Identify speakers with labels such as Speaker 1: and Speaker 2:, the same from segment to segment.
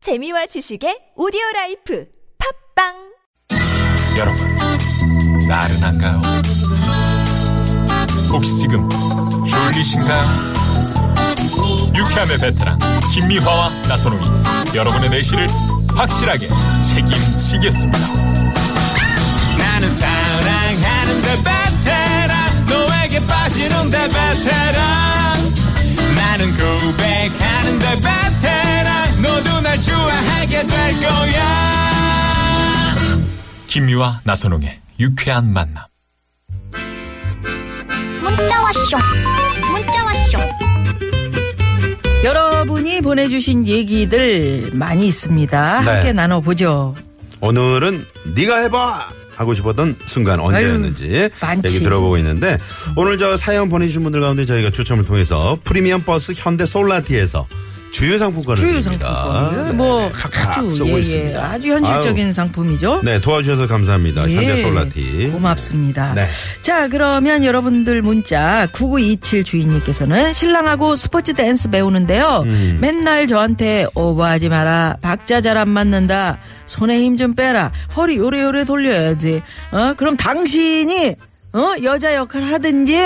Speaker 1: 재미와 지식의 오디오 라이프 팝빵
Speaker 2: 여러분, 나른한가요? 혹시 지금 졸리신가요? 유쾌함의 베테랑 김미화와 나선홍이 여러분의 내실을 확실하게 책임지겠습니다.
Speaker 3: 나는 사랑하는데 베테랑 너에게 빠지는데 베테랑 나는 고백하는데 베테랑 너도 날 좋아하게 될 거야
Speaker 2: 김미화 나선홍의 유쾌한 만남.
Speaker 4: 문자 왔쇼 문자 왔쇼
Speaker 5: 여러분이 보내주신 얘기들 많이 있습니다.
Speaker 6: 네.
Speaker 5: 함께 나눠보죠.
Speaker 6: 오늘은 네가 해봐 하고 싶었던 순간 언제였는지
Speaker 5: 많지.
Speaker 6: 얘기 들어보고 있는데 오늘 저 사연 보내주신 분들 가운데 저희가 추첨을 통해서 프리미엄 버스 현대 솔라티에서 주유 상품권을
Speaker 5: 주유
Speaker 6: 드립니다.
Speaker 5: 상품권.
Speaker 6: 네,
Speaker 5: 뭐
Speaker 6: 각각
Speaker 5: 아주
Speaker 6: 쏘고
Speaker 5: 예, 예,
Speaker 6: 있습니다.
Speaker 5: 아주 현실적인 상품이죠.
Speaker 6: 네 도와주셔서 감사합니다.
Speaker 5: 예,
Speaker 6: 현대 솔라티
Speaker 5: 고맙습니다.
Speaker 6: 네.
Speaker 5: 자, 그러면 여러분들 문자 9927 주인님께서는 신랑하고 스포츠 댄스 배우는데요.
Speaker 6: 음.
Speaker 5: 맨날 저한테 오버하지 마라. 박자 잘 안 맞는다. 손에 힘 좀 빼라. 허리 요래요래 돌려야지. 어, 그럼 당신이 어, 여자 역할 하든지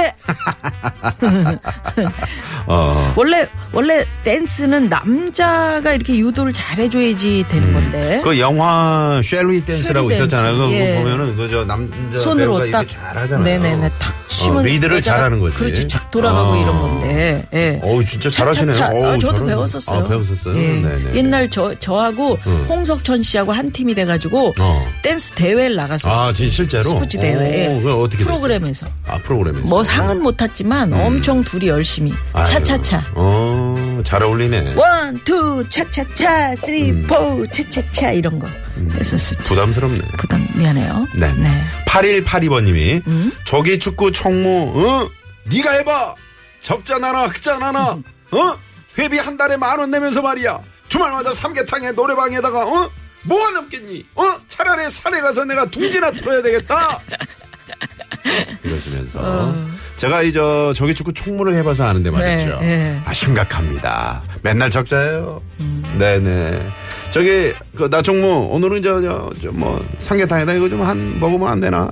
Speaker 6: 어,
Speaker 5: 원래 원래 댄스는 남자가 이렇게 유도를 잘해줘야지 되는 건데
Speaker 6: 그 영화 쉘리 댄스라고
Speaker 5: 네? 쉐리
Speaker 6: 있었잖아요.
Speaker 5: 댄스.
Speaker 6: 그거
Speaker 5: 예.
Speaker 6: 보면은 그저 남자 배우가
Speaker 5: 손으로
Speaker 6: 이렇게
Speaker 5: 딱
Speaker 6: 잘하잖아요.
Speaker 5: 네네네 탁 치면
Speaker 6: 어, 리드를
Speaker 5: 여자가
Speaker 6: 잘하는 거지.
Speaker 5: 그렇지 착 돌아가고
Speaker 6: 아.
Speaker 5: 이런 건데. 예.
Speaker 6: 어우 진짜 잘하시네요.
Speaker 5: 차차차.
Speaker 6: 어우,
Speaker 5: 아, 저도
Speaker 6: 잘한다.
Speaker 5: 배웠었어요.
Speaker 6: 아, 배웠었어요.
Speaker 5: 예.
Speaker 6: 네네.
Speaker 5: 옛날 저 저하고
Speaker 6: 음.
Speaker 5: 홍석천 씨하고 한 팀이 돼가지고
Speaker 6: 어.
Speaker 5: 댄스 대회를 나갔었어요.
Speaker 6: 아, 진 실제로
Speaker 5: 스포츠 대회.
Speaker 6: 오, 그거 어떻게
Speaker 5: 프로그램에서.
Speaker 6: 됐어요? 아, 프로그램에서.
Speaker 5: 뭐 상은 못 탔지만 엄청 둘이 열심히
Speaker 6: 아유.
Speaker 5: 차차차.
Speaker 6: 어, 잘 어울리네.
Speaker 5: 원, 투, 차차차, 쓰리, 포, 차차차 이런 거 했었었죠.
Speaker 6: 음. 부담스럽네.
Speaker 5: 부담 미안해요.
Speaker 6: 네. 8182번님이 저기 축구 총무, 어? 네가 해봐. 적자 나나 흑자 나나, 어? 회비 한 달에 만 원 내면서 말이야. 주말마다 삼계탕에 노래방에다가, 어? 모아놓겠니? 어? 차라리 산에 가서 내가 둥지나 틀어야 되겠다. 이러시면서 제가 이저 저기 축구 총무를 해봐서 아는데 말이죠.
Speaker 5: 어. 네, 네.
Speaker 6: 아 심각합니다. 맨날 적자예요.
Speaker 5: 음.
Speaker 6: 네네. 저기 그나 총무 오늘은 저저뭐 삼계탕에다 이거 좀 한 먹으면 안 되나?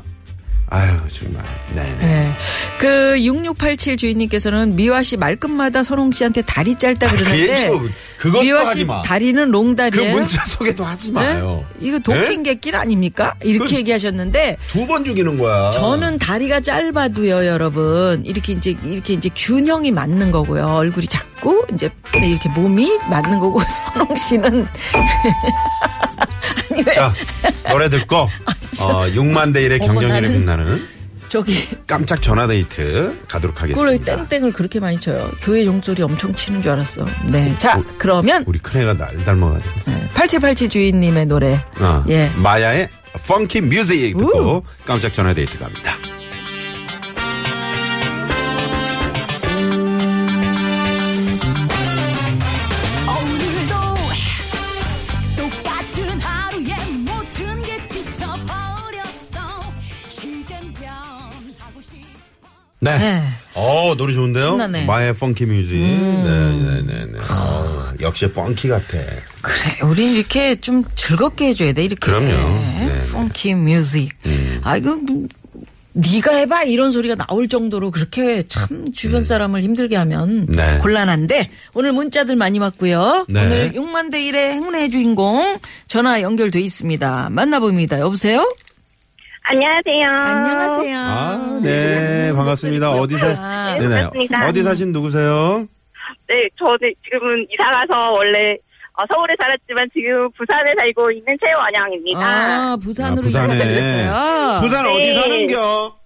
Speaker 6: 아유 정말 네네.
Speaker 5: 네. 그 6687 주인님께서는 미화 씨 말끝마다 선홍 씨한테 다리 짧다 그러는데
Speaker 6: 아, 얘기도 뭐 그것도
Speaker 5: 미화
Speaker 6: 하지
Speaker 5: 씨
Speaker 6: 마.
Speaker 5: 다리는
Speaker 6: 그
Speaker 5: 롱다리예요. 네?
Speaker 6: 문자 소개도 하지 마요. 네?
Speaker 5: 이거 도킹 객길 아닙니까? 이렇게
Speaker 6: 그-
Speaker 5: 얘기하셨는데
Speaker 6: 두 번 죽이는 거야.
Speaker 5: 저는 다리가 짧아도요, 여러분. 이렇게 이제 이렇게 이제 균형이 맞는 거고요. 얼굴이 작고 이제 네, 이렇게 몸이 맞는 거고 선홍 씨는 아니 왜
Speaker 6: 자 노래 듣고
Speaker 5: 아, 진짜.
Speaker 6: 어, 6만 대 1의
Speaker 5: 어머,
Speaker 6: 경쟁률이
Speaker 5: 나는-
Speaker 6: 빛나는
Speaker 5: 저기
Speaker 6: 깜짝 전화 데이트 가도록
Speaker 5: 그걸
Speaker 6: 하겠습니다.
Speaker 5: 땡땡을 그렇게 많이 쳐요. 교회 용소리 엄청 치는 줄 알았어. 네. 자, 그러면
Speaker 6: 우리 큰애가 날 닮아가지고.
Speaker 5: 8787 주인님의 노래.
Speaker 6: 어,
Speaker 5: 예.
Speaker 6: 마야의 펑키 뮤직 듣고 깜짝 전화 데이트 갑니다.
Speaker 7: 오늘도 똑같은 하루에 모든 게 지쳐버렸어 이젠 변하고 싶어
Speaker 6: 네.
Speaker 5: 네.
Speaker 6: 어 노래 좋은데요?
Speaker 5: 신나네. 음.
Speaker 6: 마의 펑키 뮤직. 네네네네. 어, 역시 펑키 같아.
Speaker 5: 그래. 우린 이렇게 좀 즐겁게 해줘야 돼. 이렇게.
Speaker 6: 그럼요. 네. 음.
Speaker 5: 펑키 뮤직. 아, 이거. 뭐, 네가 해봐 이런 소리가 나올 정도로 그렇게 참 주변 사람을 힘들게 하면
Speaker 6: 음. 네.
Speaker 5: 곤란한데 오늘 문자들 많이 왔고요.
Speaker 6: 네.
Speaker 5: 오늘 6만 대 1의 행운의 주인공 전화 연결돼 있습니다. 만나봅니다. 여보세요?
Speaker 8: 안녕하세요.
Speaker 5: 안녕하세요.
Speaker 6: 아, 네
Speaker 5: 음,
Speaker 6: 반갑습니다. 어디 사?
Speaker 5: 아,
Speaker 6: 네네.
Speaker 8: 반갑습니다.
Speaker 6: 어디 사신 누구세요?
Speaker 8: 네, 저는 지금은 이사 가서 원래 어, 서울에 살았지만 지금 부산에 살고 있는 최원영입니다.
Speaker 5: 아, 부산으로
Speaker 6: 아, 부산에.
Speaker 5: 이사가셨어요.
Speaker 6: 부산 어디
Speaker 8: 네.
Speaker 6: 사는겨?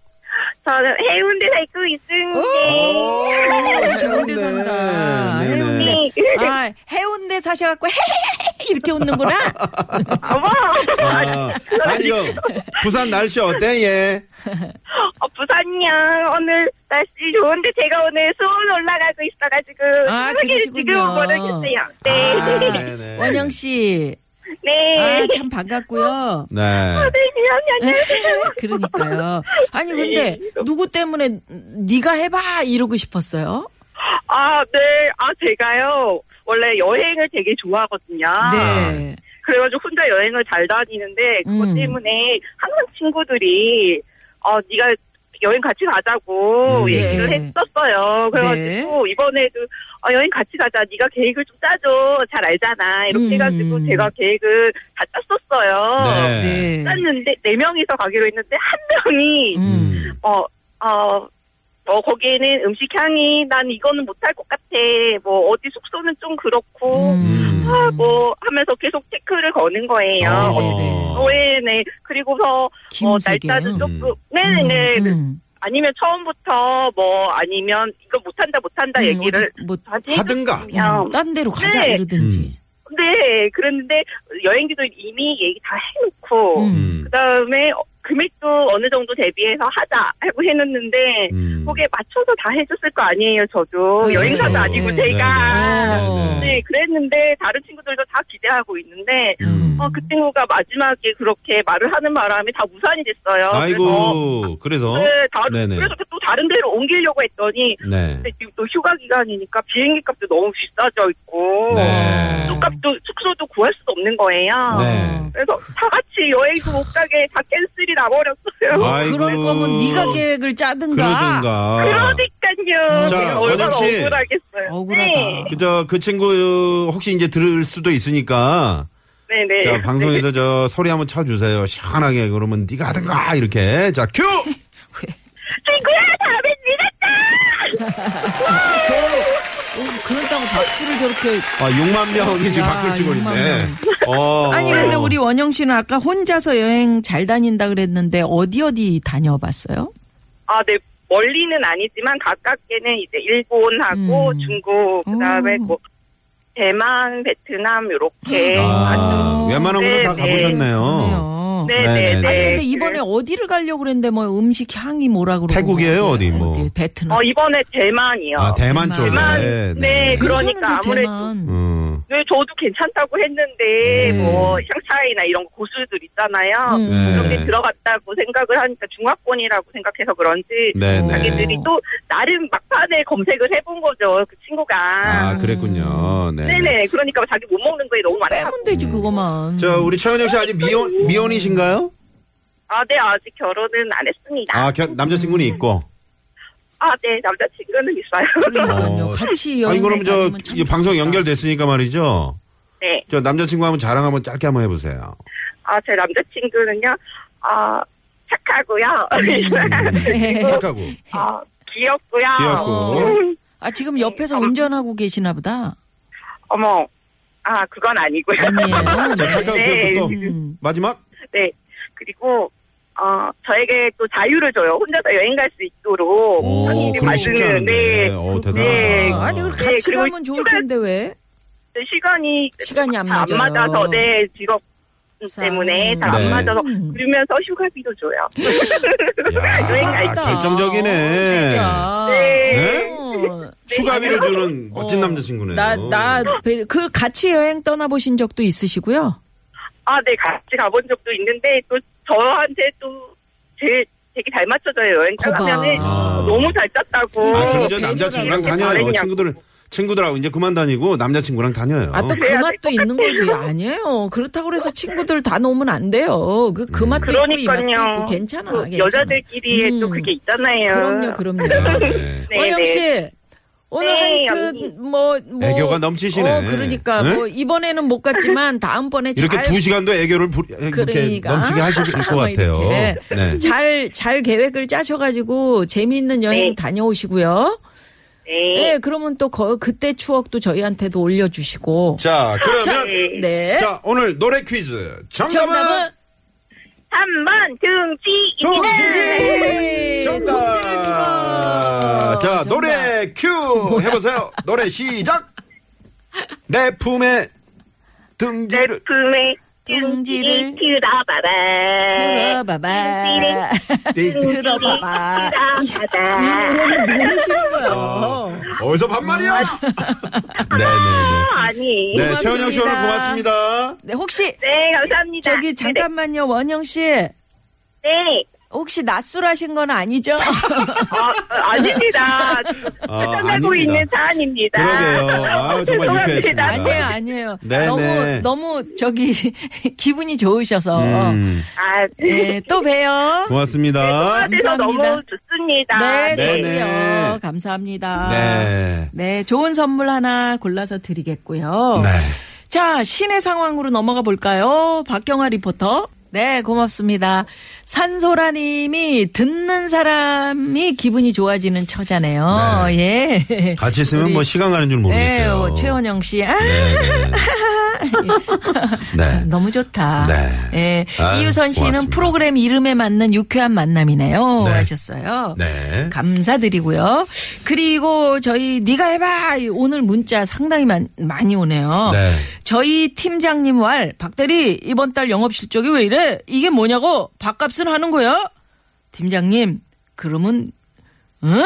Speaker 8: 저는 해운대 살고 있습니다.
Speaker 5: 해운대 산다.
Speaker 6: 네네.
Speaker 5: 해운대. 아, 해운대 사셔갖고 헤헤헤 이렇게 웃는구나.
Speaker 8: 어머,
Speaker 6: 아, 아니요. 부산 날씨 어때? 예.
Speaker 8: 어, 부산이요. 오늘 날씨 좋은데 제가 오늘 수원 올라가고 있어가지고
Speaker 5: 아,
Speaker 8: 소개를
Speaker 5: 그러시군요.
Speaker 8: 지금 모르겠어요. 네,
Speaker 5: 아,
Speaker 6: 네네.
Speaker 5: 원영 씨,
Speaker 8: 네.
Speaker 5: 아, 참 반갑고요.
Speaker 6: 네.
Speaker 8: 네, 안녕하세요.
Speaker 5: 그러니까요. 아니 근데
Speaker 8: 네.
Speaker 5: 누구 때문에 네가 해봐 이러고 싶었어요?
Speaker 8: 아, 네. 아, 제가요. 원래 여행을 되게 좋아하거든요.
Speaker 5: 네.
Speaker 8: 그래가지고 혼자 여행을 잘 다니는데 그것
Speaker 5: 음.
Speaker 8: 때문에 항상 친구들이 어 네가 여행 같이 가자고
Speaker 5: 음.
Speaker 8: 얘기를
Speaker 5: 네.
Speaker 8: 했었어요. 그래가지고 이번에도 어, 여행 같이 가자. 네가 계획을 좀 짜줘. 잘 알잖아. 이렇게
Speaker 5: 음.
Speaker 8: 해가지고 제가 계획을 다 짰었어요.
Speaker 5: 네.
Speaker 8: 짰는데 네 명이서 가기로 했는데 한 명이
Speaker 5: 음.
Speaker 6: 음.
Speaker 8: 어, 어, 어, 거기에는 음식 향이 난 이거는 못할 것 같아. 뭐, 어디 숙소는 좀 그렇고,
Speaker 5: 음.
Speaker 8: 아, 뭐, 하면서 계속 체크를 거는 거예요.
Speaker 5: 어.
Speaker 8: 어, 네, 네. 그리고서, 어,
Speaker 5: 김세계.
Speaker 8: 날짜는 조금, 네네네.
Speaker 5: 음, 음.
Speaker 8: 아니면 처음부터 뭐, 아니면 이거 못한다, 못한다
Speaker 5: 음,
Speaker 8: 얘기를
Speaker 5: 어디 뭐
Speaker 8: 다시
Speaker 6: 하든가.
Speaker 8: 해줬으면.
Speaker 5: 음, 딴 데로 가자
Speaker 8: 네.
Speaker 5: 이러든지.
Speaker 8: 네, 그런데 여행지도 이미 얘기 다 해놓고,
Speaker 5: 음.
Speaker 6: 음.
Speaker 8: 그 다음에 금액도 어느 정도 대비해서 하자 하고 해놓는데,
Speaker 6: 음.
Speaker 8: 거기에 맞춰서 다 해줬을 거 아니에요, 저도.
Speaker 5: 네,
Speaker 8: 여행사도
Speaker 5: 그렇죠.
Speaker 8: 아니고
Speaker 5: 네,
Speaker 8: 제가.
Speaker 6: 네,
Speaker 5: 어.
Speaker 6: 네.
Speaker 8: 네, 그랬는데 다른 친구들도 다 기대하고 있는데
Speaker 5: 음.
Speaker 8: 어, 그 친구가 마지막에 그렇게 말을 하는 바람에 다 무산이 됐어요.
Speaker 6: 아이고 그래서
Speaker 8: 그래서, 네, 다른-
Speaker 6: 네네.
Speaker 8: 그래서 또 다른 데로 옮기려고 했더니
Speaker 6: 네.
Speaker 8: 근데 지금 또 휴가 기간이니까 비행기 값도 너무 비싸져 있고
Speaker 6: 네.
Speaker 8: 숙값도 숙소도 구할 수도 없는 거예요.
Speaker 6: 네.
Speaker 8: 그래서 다 같이 여행도 못 가게 다 캔슬이 나버렸어요.
Speaker 6: 아이고.
Speaker 5: 그럴 거면 네가 계획을 짜든가.
Speaker 6: 그러든가.
Speaker 8: 그러니까요.
Speaker 6: 자,
Speaker 8: 제가 얼마나
Speaker 6: 권혁 씨.
Speaker 8: 억울하겠어요.
Speaker 5: 억울하다.
Speaker 8: 네.
Speaker 6: 그저 그 친구 혹시 이제 들을 수도 있으니까
Speaker 8: 네네.
Speaker 6: 자 방송에서 저 소리 한번 쳐주세요 시원하게 그러면 네가 하든가 이렇게 자 큐.
Speaker 8: 친구야, 다음엔 네가
Speaker 5: 어, 그런다고 박수를 저렇게.
Speaker 6: 아 6만 명이 지금
Speaker 5: 야,
Speaker 6: 박수를 치고
Speaker 5: 6만
Speaker 6: 있네.
Speaker 5: 명.
Speaker 6: 어.
Speaker 5: 아니 근데 우리 원영 씨는 아까 혼자서 여행 잘 다닌다 그랬는데 어디 어디 다녀봤어요?
Speaker 8: 아, 네. 멀리는 아니지만 가깝게는 이제 일본하고
Speaker 5: 음.
Speaker 8: 중국, 그다음에
Speaker 5: 오.
Speaker 8: 뭐 대만, 베트남 이렇게 아주-
Speaker 6: 아,
Speaker 5: 아,
Speaker 6: 웬만한
Speaker 8: 네,
Speaker 6: 곳은 다
Speaker 8: 네.
Speaker 6: 가보셨네요.
Speaker 5: 그러네요.
Speaker 8: 네,
Speaker 6: 네,
Speaker 8: 네,
Speaker 6: 네.
Speaker 8: 네.
Speaker 5: 아니 근데 이번에
Speaker 8: 그-
Speaker 5: 어디를 가려고 그랬는데 뭐 음식 향이 뭐라 그러고
Speaker 6: 태국이에요,
Speaker 5: 뭐
Speaker 6: 어디 뭐.
Speaker 5: 베트남.
Speaker 8: 어, 이번에 대만이요.
Speaker 6: 아 대만
Speaker 5: 대만.
Speaker 6: 쪽에.
Speaker 8: 대만.
Speaker 6: 네.
Speaker 8: 네,
Speaker 5: 괜찮은데,
Speaker 8: 그러니까 아무래도
Speaker 5: 대만.
Speaker 6: 음.
Speaker 8: 네, 저도 괜찮다고 했는데
Speaker 6: 네.
Speaker 8: 뭐 향차이나 이런 고수들 있잖아요.
Speaker 5: 음.
Speaker 6: 네.
Speaker 8: 그런 게 들어갔다고 생각을 하니까 중화권이라고 생각해서 그런지
Speaker 6: 네. 네.
Speaker 8: 자기들이 또 나름 막판에 검색을 해본 거죠. 그 친구가.
Speaker 6: 아 그랬군요. 네. 네.
Speaker 8: 네네. 그러니까 자기 못 먹는 거에 너무 많다고.
Speaker 5: 빼면
Speaker 6: 음.
Speaker 5: 되지 그거만.
Speaker 6: 자 우리 최원영 씨 아직 미혼 미혼이신가요?
Speaker 8: 아, 네, 아직 결혼은 안 했습니다.
Speaker 6: 아 겨- 남자친구는 있고.
Speaker 8: 아, 네, 남자친구는 있어요.
Speaker 5: 그러니까요.
Speaker 6: 어.
Speaker 5: 같이 여행.
Speaker 6: 아니 그럼 저 이 방송 연결됐으니까 말이죠.
Speaker 8: 네.
Speaker 6: 저 남자친구 한번 자랑 한번 짧게 한번 해보세요.
Speaker 8: 아, 제 남자친구는요, 아, 착하고요.
Speaker 5: 음. 네.
Speaker 6: 착하고
Speaker 8: 아, 귀엽고요.
Speaker 6: 음. 귀엽고
Speaker 5: 아 지금 옆에서 운전하고 계시나 보다.
Speaker 8: 어머. 아, 그건 아니고요.
Speaker 6: 음.
Speaker 5: 아니에요.
Speaker 6: 자 착하고
Speaker 8: 네.
Speaker 6: 귀엽고 또
Speaker 5: 음.
Speaker 6: 마지막
Speaker 8: 네. 그리고, 어, 저에게 또 자유를 줘요. 혼자서 여행 갈 수 있도록.
Speaker 6: 오
Speaker 8: 형님이
Speaker 6: 그럼 쉽지
Speaker 8: 만드는,
Speaker 6: 않은데
Speaker 8: 네.
Speaker 6: 어
Speaker 8: 네.
Speaker 6: 대단하다.
Speaker 5: 아니 그럼
Speaker 8: 네,
Speaker 5: 같이
Speaker 8: 그리고
Speaker 5: 가면 좋을
Speaker 8: 휴가-
Speaker 5: 텐데 왜?
Speaker 8: 시간이
Speaker 5: 시간이 안
Speaker 8: 다
Speaker 5: 맞아요.
Speaker 8: 안 맞아서, 네, 직업 때문에 잘 안
Speaker 6: 네.
Speaker 8: 맞아서.
Speaker 5: 음.
Speaker 8: 그러면서 휴가비도 줘요. 여행
Speaker 6: 야,
Speaker 8: 갈 때.
Speaker 5: 아, 어,
Speaker 6: 결정적이네.
Speaker 5: 진짜.
Speaker 8: 아, 네.
Speaker 6: 네?
Speaker 5: 어.
Speaker 6: 휴가비를 주는 멋진
Speaker 5: 어.
Speaker 6: 남자친구네요. 아,
Speaker 5: 나, 나, 배- 그, 같이 여행 떠나보신 적도 있으시고요.
Speaker 8: 아, 네, 같이 가본 적도 있는데, 또 저한테 또 제, 되게 잘 맞춰져요. 여행
Speaker 5: 거봐. 네,
Speaker 8: 가면은
Speaker 6: 아.
Speaker 8: 너무 잘 짰다고.
Speaker 6: 아, 그러죠.
Speaker 5: 배려가
Speaker 6: 남자친구랑
Speaker 8: 이렇게
Speaker 6: 다녀요.
Speaker 5: 네.
Speaker 8: 다르냐고.
Speaker 6: 친구들, 친구들하고 이제 그만 다니고 남자친구랑 다녀요.
Speaker 5: 아, 또 그
Speaker 8: 그래야
Speaker 5: 맛도 있는 거지. 아니에요. 그렇다고 해서 친구들 다 놓으면 안 돼요. 그,
Speaker 6: 음.
Speaker 5: 그 맛도 있고, 이 맛도 있고,
Speaker 8: 그러니까요.
Speaker 5: 네. 괜찮아.
Speaker 8: 그
Speaker 5: 괜찮아.
Speaker 8: 여자들끼리의 또
Speaker 5: 음.
Speaker 8: 그게 있잖아요.
Speaker 5: 그럼요, 그럼요. 어,
Speaker 6: 아, 네.
Speaker 8: 네,
Speaker 5: 원영
Speaker 8: 네.
Speaker 5: 씨. 오늘
Speaker 8: 네,
Speaker 5: 하여튼, 뭐, 뭐.
Speaker 6: 애교가 넘치시네.
Speaker 5: 어, 그러니까,
Speaker 6: 네?
Speaker 5: 뭐, 이번에는 못 갔지만, 다음번에
Speaker 6: 이렇게
Speaker 5: 잘
Speaker 6: 두 시간도 애교를 부, 이렇게
Speaker 5: 그러니까.
Speaker 6: 넘치게 하실 것 같아요.
Speaker 5: 이렇게.
Speaker 6: 네.
Speaker 5: 잘, 잘 계획을 짜셔가지고 재미있는 여행
Speaker 8: 네.
Speaker 5: 다녀오시고요.
Speaker 8: 네.
Speaker 5: 네, 그러면 또 거- 그때 추억도 저희한테도 올려주시고. 자,
Speaker 6: 자, 그러면
Speaker 5: 네.
Speaker 6: 자 오늘 노래 퀴즈 정답은,
Speaker 5: 정답은
Speaker 8: 한번
Speaker 5: 네.
Speaker 8: 등지입니다.
Speaker 5: 통지를
Speaker 6: 정답.
Speaker 5: 들어.
Speaker 6: 자
Speaker 5: 정답.
Speaker 6: 노래 큐 해보세요. 노래 시작. 내 품에 등지를
Speaker 8: 제품의
Speaker 5: 등지를
Speaker 8: 등지를 들어봐라. 아.
Speaker 5: 들어봐봐. 들어봐봐.
Speaker 8: 들어봐라.
Speaker 5: 노래를 모르시는
Speaker 6: 아.
Speaker 5: 거예요.
Speaker 6: 어디서
Speaker 5: 아.
Speaker 6: 반말이야? 네네네.
Speaker 8: 어, 아니.
Speaker 6: 네, 최원영 씨 오늘
Speaker 5: 고맙습니다.
Speaker 6: 고맙습니다.
Speaker 5: 네, 혹시
Speaker 8: 네, 감사합니다.
Speaker 5: 저기 잠깐만요, 원영 씨.
Speaker 8: 네, 네.
Speaker 5: 혹시 낮술하신 건 아니죠?
Speaker 8: 아, 아닙니다.
Speaker 6: 아,
Speaker 8: 끝나고
Speaker 6: 아닙니다.
Speaker 8: 있는 사안입니다.
Speaker 6: 그러게요. 아, 정말
Speaker 8: 죄송합니다.
Speaker 6: 유쾌했습니다.
Speaker 5: 아니에요, 아니에요.
Speaker 6: 네네.
Speaker 5: 너무 너무 저기 기분이 좋으셔서
Speaker 6: 음,
Speaker 8: 아,
Speaker 5: 예, 또 봬요. 네,
Speaker 6: 고맙습니다.
Speaker 8: 그래서 너무
Speaker 5: 감사합니다.
Speaker 8: 좋습니다.
Speaker 5: 네,
Speaker 6: 네.
Speaker 5: 저도요. 감사합니다.
Speaker 6: 네.
Speaker 5: 네, 좋은 선물 하나 골라서 드리겠고요.
Speaker 6: 네.
Speaker 5: 자, 시내 상황으로 넘어가 볼까요? 박경화 리포터. 네, 고맙습니다. 산소라님이 듣는 사람이 기분이 좋아지는 처자네요. 예.
Speaker 6: 같이 있으면
Speaker 5: 우리-
Speaker 6: 뭐 시간 가는 줄
Speaker 5: 네,
Speaker 6: 모르겠어요.
Speaker 5: 어, 최원영 씨. 아,
Speaker 6: 네. 네.
Speaker 5: 너무 좋다.
Speaker 6: 네.
Speaker 5: 예.
Speaker 6: 아유,
Speaker 5: 이유선 씨는
Speaker 6: 고맙습니다.
Speaker 5: 프로그램 이름에 맞는 유쾌한 만남이네요.
Speaker 6: 네.
Speaker 5: 하셨어요.
Speaker 6: 네.
Speaker 5: 감사드리고요. 그리고 저희 네가 해봐 오늘 문자 상당히 많- 많이 오네요.
Speaker 6: 네.
Speaker 5: 저희 팀장님 왈 박대리 이번 달 영업 실적이 왜 이래? 이게 뭐냐고 밥값은 하는 거야? 팀장님 그러면 응?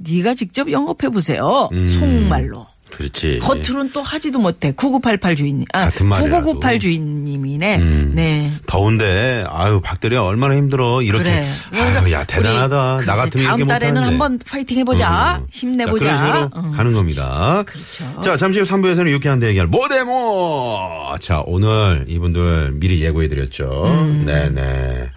Speaker 5: 네가 직접 영업해 보세요.
Speaker 6: 음.
Speaker 5: 속말로.
Speaker 6: 그렇지.
Speaker 5: 겉으론 또 하지도 못해. 9988 주인님. 아,
Speaker 6: 예. 같은 말이라도.
Speaker 5: 9998 주인님이네.
Speaker 6: 음.
Speaker 5: 네.
Speaker 6: 더운데 아유 박대리야 얼마나 힘들어 이렇게
Speaker 5: 그래. 그러니까
Speaker 6: 아유 야 대단하다
Speaker 5: 우리
Speaker 6: 나
Speaker 5: 그렇지.
Speaker 6: 같으면
Speaker 5: 다음
Speaker 6: 이렇게
Speaker 5: 달에는
Speaker 6: 못하는데 음.
Speaker 5: 한번 파이팅 해보자. 힘내보자.
Speaker 6: 자, 그런 식으로
Speaker 5: 응.
Speaker 6: 가는 겁니다.
Speaker 5: 그렇죠.
Speaker 6: 자, 잠시 후 3부에서는 유쾌한 대결 모데모. 자, 오늘 이분들 미리 예고해 드렸죠. 네네.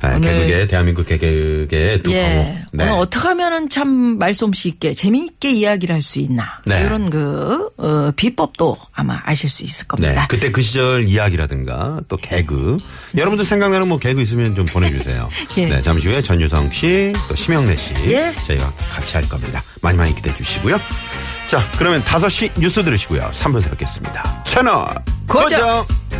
Speaker 6: 아,
Speaker 5: 음. 오늘-
Speaker 6: 개그계 대한민국 개그계 두
Speaker 5: 예.
Speaker 6: 네.
Speaker 5: 오늘 어떻게 하면은 참 말솜씨 있게 재미있게 이야기를 할 수 있나
Speaker 6: 네.
Speaker 5: 이런 그 어, 비법도 아마 아실 수 있을
Speaker 6: 네,
Speaker 5: 겁니다.
Speaker 6: 그때 그 시절 이야기라든가 또 개그. 여러분들 생각나는 뭐 개그 있으면 좀 보내주세요.
Speaker 5: 예.
Speaker 6: 네, 잠시 후에 전유성 씨, 또 심영래 씨.
Speaker 5: 예.
Speaker 6: 저희가 같이 할 겁니다. 많이 많이 기대해 주시고요. 자, 그러면 5시 뉴스 들으시고요. 3분에서 뵙겠습니다. 채널
Speaker 5: 고정!
Speaker 6: 고정.